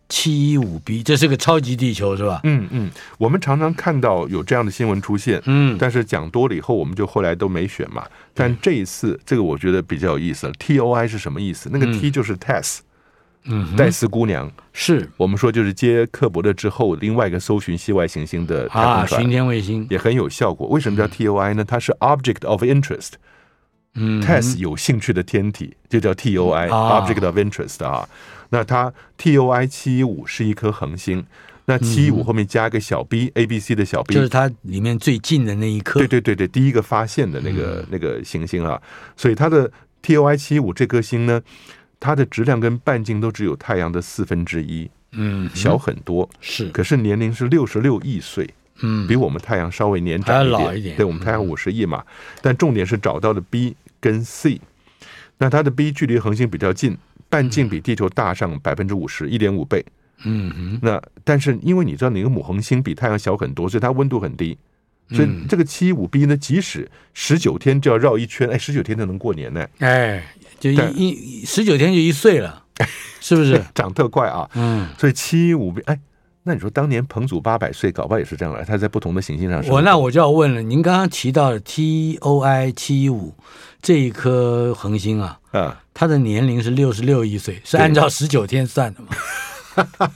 七一五 b，这是个超级地球是吧？
嗯嗯，我们常常看到有这样的新闻出现，
嗯，
但是讲多了以后，我们就后来都没选嘛。但这一次，这个我觉得比较有意思了。T O I 是什么意思？那个 T 就是 Tess，
嗯哼
戴斯姑娘。
是
我们说就是接克伯勒之后，另外一个搜寻系外行星的太
啊，
空
巡
船。
天嗯卫星，
也很有效果。为什么叫 TOI 呢？它是 Object of Interest，
嗯
test 有兴趣的天体，就叫 TOI、
啊
object of interest 啊。那它 TOI 七一五是一颗恒星，那七一五后面加个小 b、a b c 的小 b，
嗯就是它里面最近的那一颗，
对对对对，第一个发现的那个、
嗯
那个行星啊。所以它的 TOI 七一五这颗星呢，它的质量跟半径都只有太阳的四分之一，
嗯，
小很多。
是，
可是年龄是六十六亿岁，
嗯
比我们太阳稍微年长一
还要
点，
老一点嗯
对我们太阳五十亿嘛。但重点是找到了 B 跟 C，那它的 B 距离恒星比较近，半径比地球大上百分之五十，一点五倍。
嗯哼，
那但是因为你知道，你个母恒星比太阳小很多，所以它温度很低。所以
嗯
这个七五 B 呢，即使十九天就要绕一圈，哎，十九天就能过年呢，
哎，就
但
一一十九天就一岁 了，是不是？
长特快啊！
嗯，
所以七五 B，哎，那你说当年彭祖八百岁，搞不好也是这样来，他在不同的行星上生活。
我那我就要问了，您刚刚提到的 TOI 七一五这一颗恒星啊，
啊，
它的年龄是六十六亿岁，是
对
按照十九天算的吗？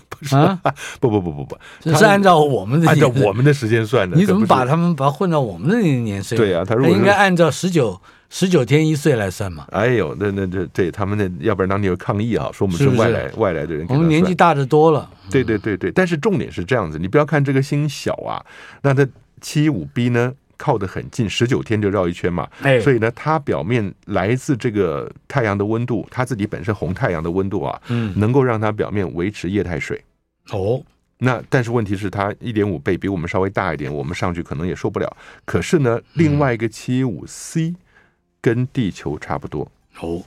不是啊，
不不不不不，
这
他
是按照我 们的
按照
年龄
我们的时间算的。
你怎么把
它？
他们把它混到我们的年岁？
对啊他如果是
应该按照十九十九天一岁来算嘛。
哎呦，那那这对他们那，要不然当地有抗议啊，说我们
是
是
不是
外来外来的人
我
给他算。
们年纪大的多了，
对对对对，但是重点是这样子，你不要看这个星小啊，那它七五 B 呢靠得很近，十九天就绕一圈嘛，
哎，
所
以
以呢，它表面来自这个太阳的温度，它自己本身红太阳的温度啊，
嗯，
能够让它表面维持液态水。
哦，
那但是问题是，它一点五倍比我们稍微大一点，我们上去可能也受不了。可是呢，另外一个七五 C 跟地球差不多，
哦，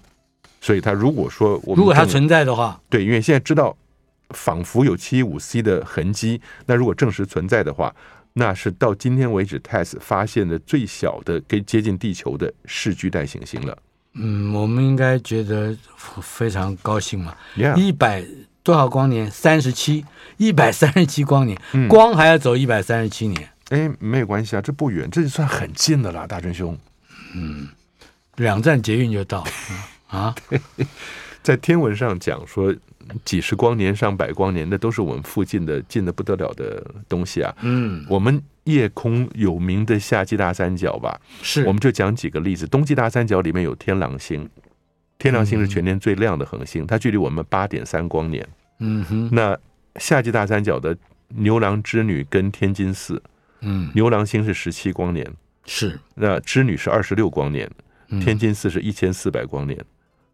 所以它如果说我们
如果它
证
存在的话，
对，因为现在知道仿佛有七五 C 的痕迹，那如果证实存在的话，那是到今天为止 TESS 发现的最小的跟接近地球的视距带行星了。
嗯，我们应该觉得非常高兴嘛。
Yeah，
一百
嗯
多少光年？三十七，一百三十七光年，光还要走一百三十七年。
哎，没有关系啊，这不远，这就算很近的啦，大真兄，
两站捷运就到啊。
在天文上讲说，几十光年、上百光年，那都是我们附近的近的不得了的东西啊。
嗯，
我们夜空有名的夏季大三角吧，
是
我们就讲几个例子。冬季大三角里面有天狼星，天狼星是全年最亮的恒星，它距离我们八点三光年。
嗯哼
那夏季大三角的牛郎织女跟天津四，
嗯
牛郎星是十七光年，
是
那织女是二十六光年，
嗯哦
天津四是一千四百光年。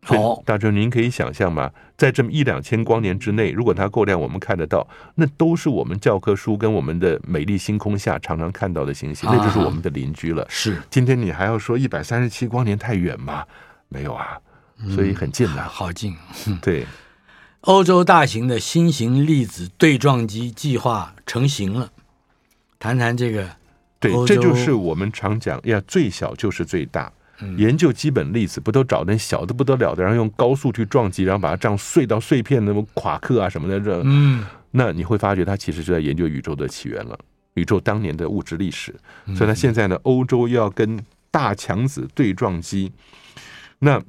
所以
好
大春，您可以想象吗？在这么一两千光年之内，如果它够亮，我们看得到，那都是我们教科书跟我们的美丽星空下常常看到的星星，
啊
那就是我们的邻居了。
是
今天你还要说一百三十七光年太远吗？没有啊，所以很近的、
啊 好近。
对，
欧洲大型的新型粒子对撞机计划成型了，谈谈这个
对
欧，
这
洲
就是我们常讲哎呀，最小就是最大。研究基本粒子不都找那小的不得了的，然后用高速去撞击，然后把它这样碎到碎片，那么夸克啊什么的，这
嗯
那你会发觉它其实就在研究宇宙的起源了，宇宙当年的物质历史。所以它现在呢，欧洲又要跟大强子对撞机。那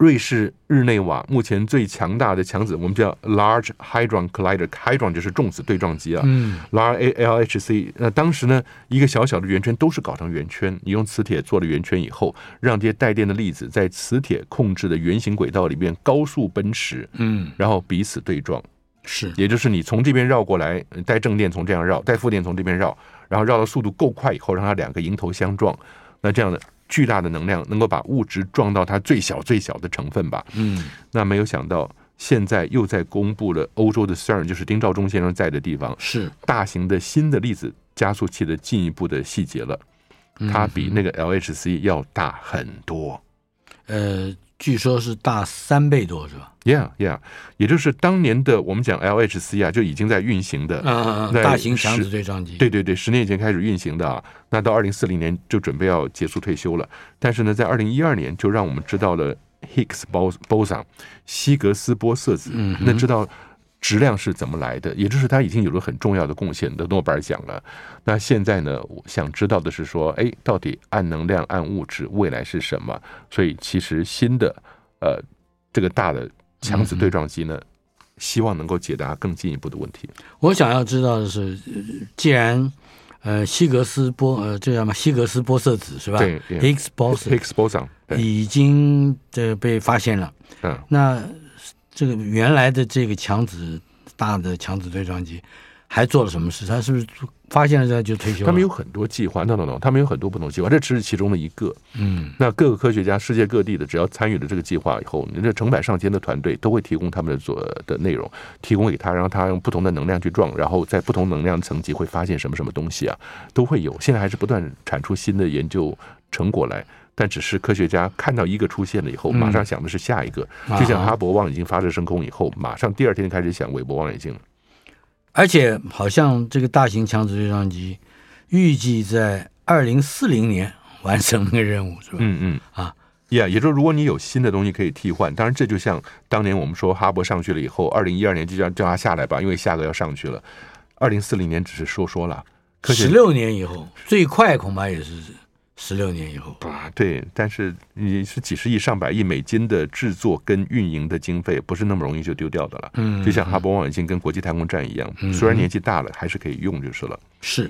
瑞士日内瓦目前最强大的强子，我们叫 Large Hadron Collider，Hadron 就是重子对撞机啊。
嗯
L A L H C，那当时呢，一个小小的圆圈都是搞成圆圈，你用磁铁做了圆圈以后，让这些带电的粒子在磁铁控制的圆形轨道里面高速奔驰，
嗯
然后彼此对撞。
是
也就是你从这边绕过来，呃带正电从这样绕，带负电从这边绕，然后绕的速度够快以后，让它两个迎头相撞，那这样的巨大的能量能够把物质撞到它最小最小的成分吧。
嗯
那没有想到，现在又在公布了欧洲的 CERN，就是丁肇中先生在的地方，
是
大型的新的粒子加速器的进一步的细节了。它比那个 LHC 要大很多
呃，据说是大三倍多是吧？
，Yeah Yeah，也就是当年的我们讲 LHC 啊就已经在运行的，
啊
那
大型强
是
子对撞机
对对对，十年以前开始运行的啊，那到二零四零年就准备要结束退休了。但是呢，在二零一二年就让我们知道了 Higgs bos- boson 希格斯玻色子，
嗯哼
那知道质量是怎么来的，也就是它已经有了很重要的贡献，得诺贝尔奖了。那现在呢，我想知道的是说，哎，到底暗能量、暗物质未来是什么？所以其实新的呃这个大的强
嗯
子对撞机呢，希望能够解答更进一步的问题。
我想要知道的是，呃既然呃希格斯玻呃这叫什么希格斯玻色子是吧？
对对
，Higgs boson
Higgs boson，对，
已经呃被发现了，
嗯。
那这个原来的这个强子大的强子对撞机还做了什么事？他是不是发现了之后就退休了？
他们有很多计划，no no no，他们有很多不同计划，这只是其中的一个。
嗯
那各个科学家，世界各地的，只要参与了这个计划以后，你这成百上千的团队都会提供他们的做的内容，提供给他，让他用不同的能量去撞，然后在不同能量层级会发现什么什么东西啊，都会有。现在还是不断产出新的研究成果来。但只是科学家看到一个出现了以后，
嗯
马上想的是下一个，
啊
就像哈勃望远镜发射升空以后，马上第二天开始想韦伯望远镜了。
而且好像这个大型强子对撞机预计在二零四零年完成那个任务，是吧？
嗯嗯
啊
，Yeah，也就是如果你有新的东西可以替换，当然这就像当年我们说哈勃上去了以后，二零一二年就叫叫他下来吧，因为下个要上去了，二零四零年只是说说了，科学
十六年以后，最快恐怕也是十六年以后。
啊，对，但是你是几十亿、上百亿美金的制作跟运营的经费，不是那么容易就丢掉的了。
嗯
就像哈勃望远镜跟国际太空站一样，虽然年纪大了，还是可以用就是了。
是。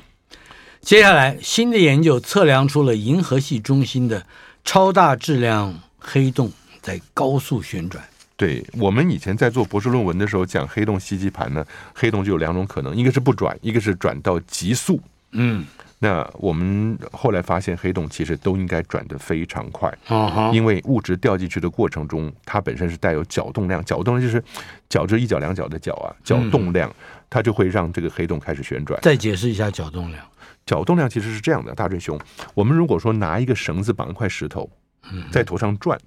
接下来，新的研究测量出了银河系中心的超大质量黑洞在高速旋转。
对我们以前在做博士论文的时候讲黑洞吸积盘呢，黑洞就有两种可能，一个是不转，一个是转到极速。
嗯，
那我们后来发现，黑洞其实都应该转得非常快，
哦哈，
因为物质掉进去的过程中，它本身是带有搅动量，搅动量就是搅着一脚两脚的搅啊，搅动量，它就会让这个黑洞开始旋转。
再解释一下角动量。
搅动量其实是这样的，大追兄，我们如果说拿一个绳子绑一块石头，在头上转，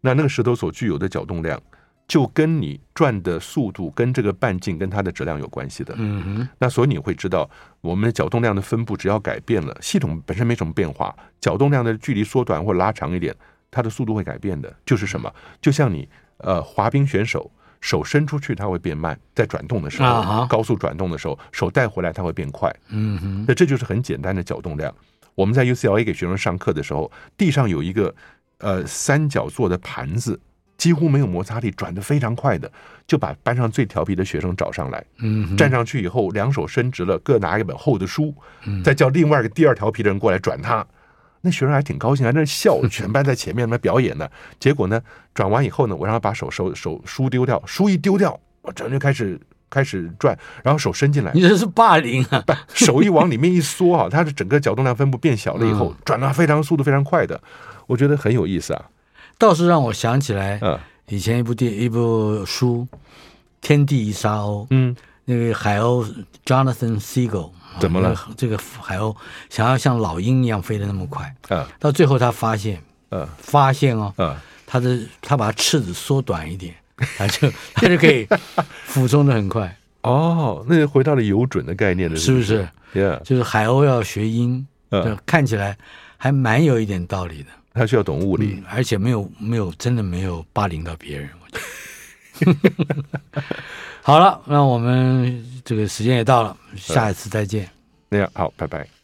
那那个石头所具有的搅动量，就跟你转的速度、跟这个半径、跟它的质量有关系的。
嗯哼，
那所以你会知道，我们的角动量的分布只要改变了，系统本身没什么变化，角动量的距离缩短或者拉长一点，它的速度会改变的。就是什么？就像你呃滑冰选手手伸出去它会变慢，在转动的时
啊哈
候，高速转动的时候，手带回来它会变快。
嗯哼，
那这就是很简单的角动量。我们在 UCLA 给学生上课的时候，地上有一个呃三角做的盘子，几乎没有摩擦力，转得非常快的，就把班上最调皮的学生找上来，
嗯哼，
站上去以后，两手伸直了，各拿一本厚的书，
嗯
再叫另外一个第二调皮的人过来转他。那学生还挺高兴，还在那 笑，全班在前面那表演呢。结果呢，转完以后呢，我让他把手手手书丢掉，书一丢掉，我整个就开始开始转，然后手伸进来，
你这是霸凌啊！
不，手一往里面一缩啊，它的整个角动量分布变小了以
嗯
后，转的非常速度非常快的，我觉得很有意思啊。
倒是让我想起来
嗯
以前一部电一部书《天地一沙鸥》，
嗯，
那个海鸥 Jonathan Seagull
怎么了
啊那个这个海鸥想要像老鹰一样飞得那么快，
嗯
到最后他发现，
嗯
发现哦，
嗯，
他的他把翅子缩短一点，他就 他就可以俯冲的很快，
哦，那就回到了有准的概念 了，
是不是？
？Yeah，
就是海鸥要学鹰，
嗯
对，看起来还蛮有一点道理的，
它需要懂物理。
嗯而且没有没有真的没有霸凌到别人，我觉得。 好了，那我们这个时间也到了，下一次再见。
那样好，拜拜。